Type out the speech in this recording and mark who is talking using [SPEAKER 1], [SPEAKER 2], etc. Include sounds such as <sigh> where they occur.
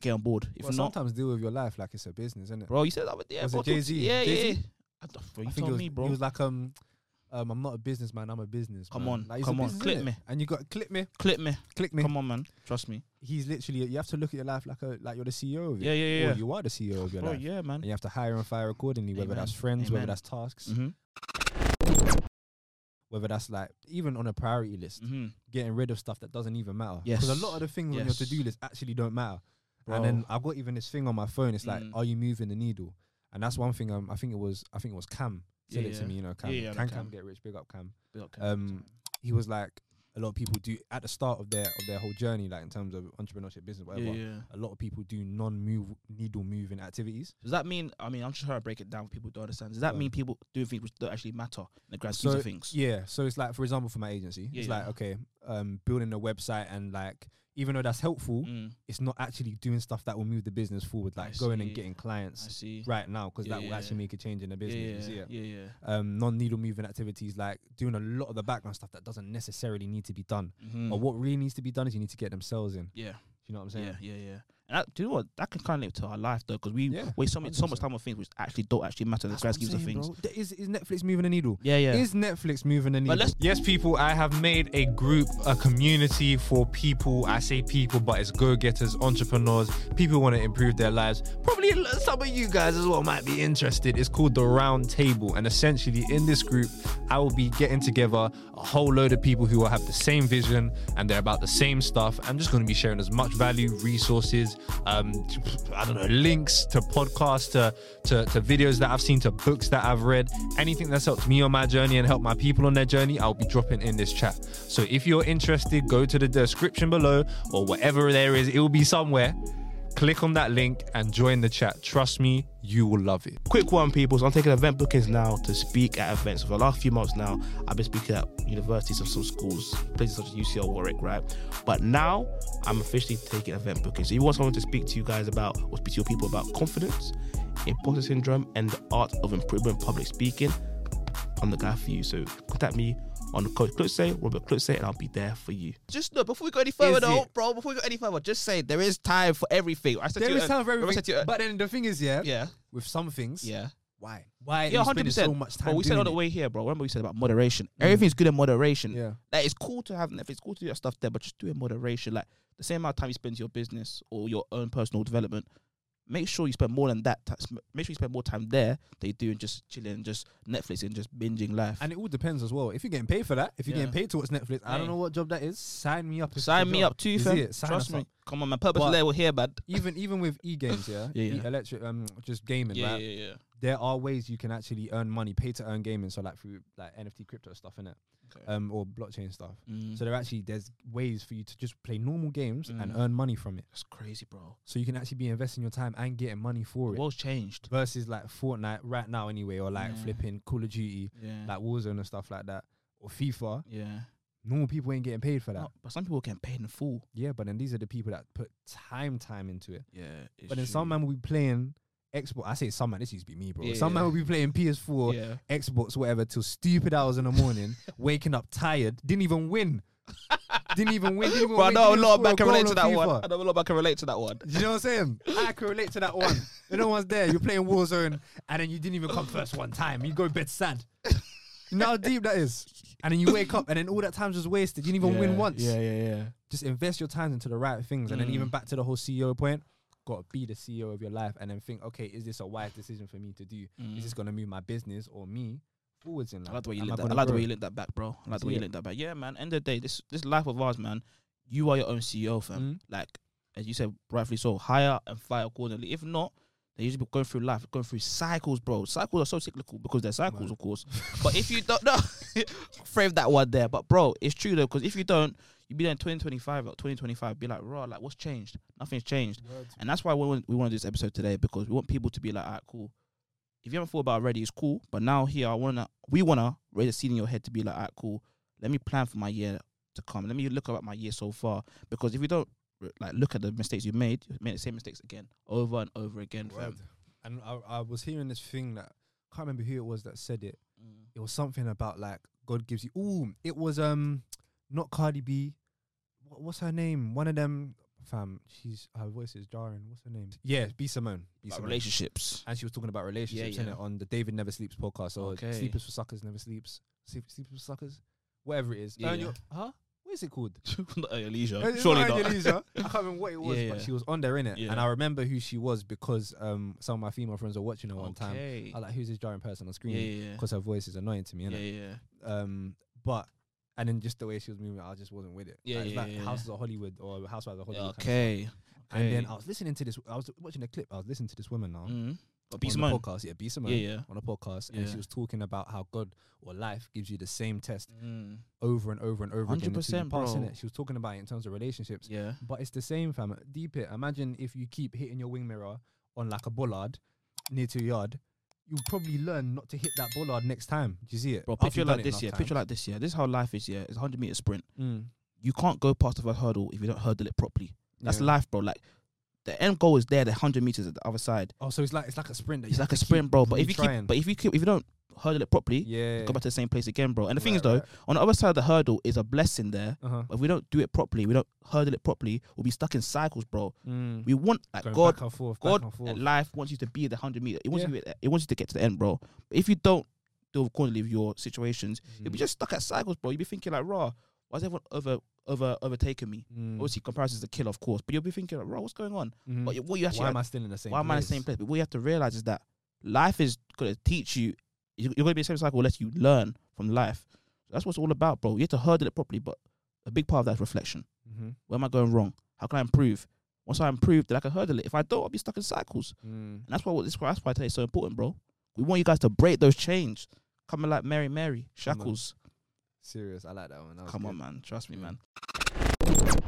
[SPEAKER 1] get on board. If
[SPEAKER 2] well,
[SPEAKER 1] not,
[SPEAKER 2] sometimes deal with your life like it's a business, isn't it?
[SPEAKER 1] bro, you said that with yeah,
[SPEAKER 2] Was it
[SPEAKER 1] bro, talk to-
[SPEAKER 2] Jay-Z?
[SPEAKER 1] Yeah, yeah, yeah.
[SPEAKER 2] Jay-Z?
[SPEAKER 1] I don't, bro, you
[SPEAKER 2] I think it
[SPEAKER 1] told
[SPEAKER 2] was,
[SPEAKER 1] me,
[SPEAKER 2] He
[SPEAKER 1] bro.
[SPEAKER 2] was like, um, um, I'm not a businessman, I'm a business.
[SPEAKER 1] Come
[SPEAKER 2] man.
[SPEAKER 1] on,
[SPEAKER 2] like, he's a
[SPEAKER 1] come on,
[SPEAKER 2] business,
[SPEAKER 1] clip
[SPEAKER 2] innit?
[SPEAKER 1] me.
[SPEAKER 2] And you got clip me,
[SPEAKER 1] Clip me.
[SPEAKER 2] click me.
[SPEAKER 1] Come on, man. Trust me.
[SPEAKER 2] He's literally. You have to look at your life like a like you're the CEO of it.
[SPEAKER 1] Yeah, yeah,
[SPEAKER 2] Or
[SPEAKER 1] yeah.
[SPEAKER 2] Oh, you are the CEO of your
[SPEAKER 1] Bro,
[SPEAKER 2] life.
[SPEAKER 1] yeah, man.
[SPEAKER 2] And you have to hire and fire accordingly, whether
[SPEAKER 1] Amen.
[SPEAKER 2] that's friends, whether
[SPEAKER 1] Amen.
[SPEAKER 2] that's tasks,
[SPEAKER 1] Mhm. Mm-hmm.
[SPEAKER 2] whether that's like even on a priority list,
[SPEAKER 1] Mhm.
[SPEAKER 2] getting rid of stuff that doesn't even matter. a lot
[SPEAKER 1] Yes.
[SPEAKER 2] of the things on your
[SPEAKER 1] Yes.
[SPEAKER 2] to do list actually don't matter. And then I've got even this thing on my phone. It's like,
[SPEAKER 1] Mm.
[SPEAKER 2] are you moving the needle? And that's one thing. Um, I think it was. I think it was Cam. Said
[SPEAKER 1] Yeah,
[SPEAKER 2] it to
[SPEAKER 1] yeah.
[SPEAKER 2] me. You know, Cam.
[SPEAKER 1] Yeah, yeah, I know
[SPEAKER 2] Can
[SPEAKER 1] Cam.
[SPEAKER 2] Cam get rich? Big up Cam.
[SPEAKER 1] Bro, okay.
[SPEAKER 2] um, He was like, a lot of people do at the start of their of their whole journey, like in terms of entrepreneurship, business,
[SPEAKER 1] yeah,
[SPEAKER 2] whatever.
[SPEAKER 1] yeah.
[SPEAKER 2] A lot of people do non-move needle moving activities.
[SPEAKER 1] Does that mean? I mean, I'm just trying to break it down for people to understand. Does that
[SPEAKER 2] Yeah.
[SPEAKER 1] mean people do things which don't actually matter in the grand scheme
[SPEAKER 2] So,
[SPEAKER 1] of things?
[SPEAKER 2] Yeah. So it's like, for example, for my agency,
[SPEAKER 1] Yeah,
[SPEAKER 2] it's
[SPEAKER 1] yeah.
[SPEAKER 2] like okay, um, building a website and like even though that's helpful,
[SPEAKER 1] Mm,
[SPEAKER 2] it's not actually doing stuff that will move the business forward,
[SPEAKER 1] I
[SPEAKER 2] like going
[SPEAKER 1] see.
[SPEAKER 2] and getting
[SPEAKER 1] I
[SPEAKER 2] clients
[SPEAKER 1] see.
[SPEAKER 2] right now because
[SPEAKER 1] Yeah,
[SPEAKER 2] that will
[SPEAKER 1] yeah,
[SPEAKER 2] actually
[SPEAKER 1] yeah.
[SPEAKER 2] make a change in the business. you see
[SPEAKER 1] yeah,
[SPEAKER 2] it?
[SPEAKER 1] yeah, yeah.
[SPEAKER 2] um, non-needle moving activities like doing a lot of the background stuff that doesn't necessarily need to be done.
[SPEAKER 1] Mhm.
[SPEAKER 2] But what really needs to be done is you need to get themselves in. Do
[SPEAKER 1] Yeah,
[SPEAKER 2] you know what I'm
[SPEAKER 1] yeah,
[SPEAKER 2] saying?
[SPEAKER 1] yeah, yeah. And that, do you know what? That can kind of to our life though, because we
[SPEAKER 2] Yeah,
[SPEAKER 1] waste so much, so much
[SPEAKER 2] 100%.
[SPEAKER 1] time on things which actually don't actually matter in the grand
[SPEAKER 2] That's what I'm
[SPEAKER 1] schemes of
[SPEAKER 2] saying,
[SPEAKER 1] things.
[SPEAKER 2] bro. Th- Is, is Netflix moving a needle?
[SPEAKER 1] Yeah, yeah.
[SPEAKER 2] Is Netflix moving the needle?
[SPEAKER 1] let's-
[SPEAKER 2] yes, people, I have made a group, a community for people. I say people, but it's go getters, entrepreneurs, people who want to improve their lives. Probably l- some of you guys as well might be interested. It's called The Round Table. And essentially, in this group, I will be getting together a whole load of people who will have the same vision and they're about the same stuff. I'm just going to be sharing as much value, resources, um, I don't know, links to podcasts, to, to, to videos that I've seen, to books that I've read, anything that's helped me on my journey and helped my people on their journey, I'll be dropping in this chat. So if you're interested, go to the description below or whatever there is, it will be somewhere. Click on that link and join the chat. Trust me, you will love it.
[SPEAKER 3] Quick one, people. So I'm taking event bookings now to speak at events. For the last few months now, I've been speaking at universities and some schools, places such as UCL Warwick, right? But now I'm officially taking event bookings. So you want someone to speak to you guys about, or speak to your people about confidence, imposter syndrome, and the art of improving public speaking, I'm the guy for you. So contact me on Coach Klutze, Robert Klutze, and I'll be there for you.
[SPEAKER 1] just no, before we go any further,
[SPEAKER 2] Is
[SPEAKER 1] though,
[SPEAKER 2] it?
[SPEAKER 1] bro, before we go any further, just say there is time for everything. I said to
[SPEAKER 2] There
[SPEAKER 1] you,
[SPEAKER 2] is
[SPEAKER 1] uh,
[SPEAKER 2] time for
[SPEAKER 1] remember I said
[SPEAKER 2] everything.
[SPEAKER 1] to you, uh,
[SPEAKER 2] But then the thing is, yeah,
[SPEAKER 1] yeah,
[SPEAKER 2] with some things,
[SPEAKER 1] yeah.
[SPEAKER 2] why? Why
[SPEAKER 1] Yeah,
[SPEAKER 2] are you spending
[SPEAKER 1] 100%.
[SPEAKER 2] so much time
[SPEAKER 1] But we said
[SPEAKER 2] doing
[SPEAKER 1] all the
[SPEAKER 2] it? Mm.
[SPEAKER 1] way here, bro. Remember we said about moderation. Everything's good in moderation.
[SPEAKER 2] Yeah.
[SPEAKER 1] Like it's cool to have Netflix, it's cool to do that stuff there, but just do it in moderation. Like the same amount of time you spend to your business or your own personal development, make sure you spend more than that. T- make sure you spend more time there than you do in just chilling, just Netflix and just binging life.
[SPEAKER 2] And it all depends as well. If you're getting paid for that, if you're
[SPEAKER 1] Yeah.
[SPEAKER 2] getting paid to watch Netflix, I
[SPEAKER 1] Aye.
[SPEAKER 2] don't know what job that is. Sign me up. if it's a
[SPEAKER 1] Sign me
[SPEAKER 2] job.
[SPEAKER 1] up too,
[SPEAKER 2] Is
[SPEAKER 1] fam.
[SPEAKER 2] it? Sign
[SPEAKER 1] Trust
[SPEAKER 2] us
[SPEAKER 1] me.
[SPEAKER 2] up.
[SPEAKER 1] Come on, my purpose
[SPEAKER 2] But-
[SPEAKER 1] level here, bud.
[SPEAKER 2] Even even with e games, yeah,
[SPEAKER 1] <laughs> Yeah, yeah.
[SPEAKER 2] E- electric, um, just gaming,
[SPEAKER 1] Yeah,
[SPEAKER 2] right?
[SPEAKER 1] yeah, yeah.
[SPEAKER 2] There are ways you can actually earn money, pay to earn gaming. So like through like NFT, crypto stuff, innit?
[SPEAKER 1] Okay.
[SPEAKER 2] Um, or blockchain stuff.
[SPEAKER 1] Mm.
[SPEAKER 2] So there actually there's ways for you to just play normal games and
[SPEAKER 1] Mm.
[SPEAKER 2] earn money from it.
[SPEAKER 1] That's crazy, bro.
[SPEAKER 2] So you can actually be investing your time and getting money for it.
[SPEAKER 1] World's changed.
[SPEAKER 2] Versus like Fortnite right now, anyway, or like
[SPEAKER 1] Yeah.
[SPEAKER 2] flipping Call of Duty,
[SPEAKER 1] Yeah.
[SPEAKER 2] like Warzone and stuff like that, or FIFA.
[SPEAKER 1] yeah.
[SPEAKER 2] Normal people ain't getting paid for that.
[SPEAKER 1] No, but some people get paid in full.
[SPEAKER 2] Yeah, but then these are the people that put time time into it.
[SPEAKER 1] Yeah. it's
[SPEAKER 2] but then some man will be playing Xbox. I say some man. This used to be me, bro.
[SPEAKER 1] Yeah,
[SPEAKER 2] some man
[SPEAKER 1] yeah.
[SPEAKER 2] will be playing PS4,
[SPEAKER 1] Yeah.
[SPEAKER 2] Xbox, whatever, till stupid hours in the
[SPEAKER 1] <laughs>
[SPEAKER 2] morning, waking up tired, didn't even win, didn't even win. Didn't even
[SPEAKER 1] Bro, I
[SPEAKER 2] win,
[SPEAKER 1] know a
[SPEAKER 2] didn't even
[SPEAKER 1] lot
[SPEAKER 2] score
[SPEAKER 1] of man can
[SPEAKER 2] goal
[SPEAKER 1] relate
[SPEAKER 2] on
[SPEAKER 1] to that one.
[SPEAKER 2] FIFA.
[SPEAKER 1] I know a lot of man can relate to that one.
[SPEAKER 2] Do you know what
[SPEAKER 1] <laughs>
[SPEAKER 2] I'm saying? I can relate to that one. You know, one's there. You're playing Warzone, and then you didn't even come first one time. You go to bed sad. You know how deep that is. And then you wake up, and then all that time's just wasted. You didn't even win once.
[SPEAKER 1] yeah, yeah.
[SPEAKER 2] just invest your time into the right things. And then
[SPEAKER 1] Mm.
[SPEAKER 2] even back to the whole CEO point, got to be the CEO of your life and then think, okay, is this a wise decision for me to do? Is this going to move my business or me forwards in
[SPEAKER 1] Mm.
[SPEAKER 2] life?
[SPEAKER 1] I like the way you
[SPEAKER 2] Am I
[SPEAKER 1] linked that. I
[SPEAKER 2] gonna
[SPEAKER 1] like the way
[SPEAKER 2] grow?
[SPEAKER 1] you linked that back, bro. I like the
[SPEAKER 2] See
[SPEAKER 1] way you
[SPEAKER 2] it?
[SPEAKER 1] linked that back. Yeah, man. End of the day, this this life of ours, man. You are your own CEO, fam.
[SPEAKER 2] Mm.
[SPEAKER 1] Like as you said, rightfully so. Hire and fire accordingly. If not, they usually be going through life, going through cycles, bro. Cycles are so cyclical because they're cycles,
[SPEAKER 2] Man.
[SPEAKER 1] of course. but if you don't, <laughs> no, frame that one there. But bro, it's true though, because if you don't, you be there in 2025, like 2025, be like, raw, like what's changed? Nothing's changed.
[SPEAKER 2] <laughs>
[SPEAKER 1] And that's why we want, we want to do this episode today because we want people to be like, all right, cool. If you haven't thought about it already, it's cool. But now here, I wanna, we wanna raise a seed in your head to be like, all right, cool. Let me plan for my year to come. Let me look at my year so far because if you don't like look at the mistakes you made, you made the same mistakes again, over and over again. fam.
[SPEAKER 2] Word. And I, I was hearing this thing that, can't remember who it was that said it.
[SPEAKER 1] Mm.
[SPEAKER 2] It was something about like, God gives you, ooh, it was um not Cardi B. Wha- What's her name? One of them fam, she's her voice is jarring. What's her name? Yeah, B Simone. B
[SPEAKER 1] Like
[SPEAKER 2] Simone.
[SPEAKER 1] relationships. <laughs>
[SPEAKER 2] And she was talking about relationships
[SPEAKER 1] yeah.
[SPEAKER 2] innit, on the David Never Sleeps podcast. Or
[SPEAKER 1] Okay.
[SPEAKER 2] Sleepers for Suckers Never Sleeps. Sleep, Sleepers for Suckers. Whatever it is.
[SPEAKER 1] Yeah,
[SPEAKER 2] Earn
[SPEAKER 1] yeah.
[SPEAKER 2] Your, huh? What is it called?
[SPEAKER 1] not at your leisure.
[SPEAKER 2] It's
[SPEAKER 1] Surely
[SPEAKER 2] not
[SPEAKER 1] not. <laughs>
[SPEAKER 2] Angelisa. I can't remember what it was,
[SPEAKER 1] Yeah,
[SPEAKER 2] but
[SPEAKER 1] yeah.
[SPEAKER 2] she was on there, innit?
[SPEAKER 1] Yeah.
[SPEAKER 2] And I remember who she was because um, some of my female friends were watching her one time.
[SPEAKER 1] Okay.
[SPEAKER 2] I was like, who's this jarring person on
[SPEAKER 1] Yeah,
[SPEAKER 2] screen?
[SPEAKER 1] yeah,
[SPEAKER 2] Because her voice is annoying to me,
[SPEAKER 1] yeah.
[SPEAKER 2] innit?
[SPEAKER 1] yeah, yeah.
[SPEAKER 2] Um, but and then just the way she was moving, I just wasn't with it.
[SPEAKER 1] Yeah,
[SPEAKER 2] like, it's
[SPEAKER 1] yeah,
[SPEAKER 2] like
[SPEAKER 1] yeah,
[SPEAKER 2] Houses of Hollywood or Housewives of
[SPEAKER 1] Yeah,
[SPEAKER 2] Hollywood. kind of
[SPEAKER 1] Okay. Mm.
[SPEAKER 2] stuff. And then I was listening to this. I was watching a clip. I was listening to this woman now
[SPEAKER 1] Mm. But
[SPEAKER 2] on
[SPEAKER 1] Beast
[SPEAKER 2] the
[SPEAKER 1] Mode.
[SPEAKER 2] podcast. Yeah, Be Simone
[SPEAKER 1] Yeah, yeah.
[SPEAKER 2] on a podcast, and
[SPEAKER 1] Yeah.
[SPEAKER 2] she was talking about how God or life gives you the same test
[SPEAKER 1] Mm.
[SPEAKER 2] over and over and over. again until you
[SPEAKER 1] 100%,
[SPEAKER 2] pass,
[SPEAKER 1] bro.
[SPEAKER 2] innit? She was talking about it in terms of relationships,
[SPEAKER 1] Yeah.
[SPEAKER 2] but it's the same, fam. Deep it. Imagine if you keep hitting your wing mirror on like a bollard near to your yard. You'll probably learn not to hit that bollard next time. Do you see it?
[SPEAKER 1] Bro,
[SPEAKER 2] After
[SPEAKER 1] picture
[SPEAKER 2] you've done
[SPEAKER 1] like
[SPEAKER 2] it
[SPEAKER 1] this
[SPEAKER 2] enough
[SPEAKER 1] year.
[SPEAKER 2] times.
[SPEAKER 1] Picture like this year. This is how life is, yeah. It's a 100 meter sprint.
[SPEAKER 2] Mm.
[SPEAKER 1] You can't go past the first hurdle if you don't hurdle it properly. That's
[SPEAKER 2] Yeah.
[SPEAKER 1] life, bro. Like, the end goal is there, the 100 meters at the other side.
[SPEAKER 2] Oh, so it's like it's like a sprint. that
[SPEAKER 1] It's
[SPEAKER 2] you
[SPEAKER 1] like a
[SPEAKER 2] have to
[SPEAKER 1] sprint,
[SPEAKER 2] keep
[SPEAKER 1] bro. But if you
[SPEAKER 2] retrying.
[SPEAKER 1] keep, but if you keep, if you don't hurdle it properly,
[SPEAKER 2] yeah,
[SPEAKER 1] go back to the same place again, bro. And the thing is,
[SPEAKER 2] Right,
[SPEAKER 1] though,
[SPEAKER 2] right.
[SPEAKER 1] on the other side of the hurdle is a blessing there.
[SPEAKER 2] uh-huh.
[SPEAKER 1] But if we don't do it properly, we don't hurdle it properly, we'll be stuck in cycles, bro. We want like
[SPEAKER 2] Mm. Going
[SPEAKER 1] God,
[SPEAKER 2] back and forth, back
[SPEAKER 1] God,
[SPEAKER 2] and forth.
[SPEAKER 1] at life wants you to be at the hundred meter. It wants
[SPEAKER 2] Yeah.
[SPEAKER 1] you. To, it wants you to get to the end, bro. But if you don't do accordingly with your situations,
[SPEAKER 2] Mm.
[SPEAKER 1] you'll be just stuck at cycles, bro. You'll be thinking like, "Raw, why's everyone over over overtaking me?"
[SPEAKER 2] Mm.
[SPEAKER 1] Obviously, comparison's a killer, of course. But you'll be thinking like, "Raw, what's going on?"
[SPEAKER 2] Mhm.
[SPEAKER 1] But you- what you actually,
[SPEAKER 2] why am
[SPEAKER 1] have-
[SPEAKER 2] I still in the same?
[SPEAKER 1] why am I in the same place? But what you have to realize is that life is gonna teach you. You're you're gonna be in the same cycle unless you learn from life. That's what it's all about, bro. You have to hurdle it properly, but a big part of that is reflection.
[SPEAKER 2] Mhm.
[SPEAKER 1] Where am I going wrong? How can I improve? Once I improve, then I can hurdle it. If I don't, I'll be stuck in cycles.
[SPEAKER 2] Mm.
[SPEAKER 1] And that's why this that's why today is so important, bro. We want you guys to break those chains. Coming like Mary Mary,
[SPEAKER 2] Come on.
[SPEAKER 1] shackles.
[SPEAKER 2] Serious, I like that one. That was Mm.
[SPEAKER 1] Come on,
[SPEAKER 2] good.
[SPEAKER 1] man. Trust me, man.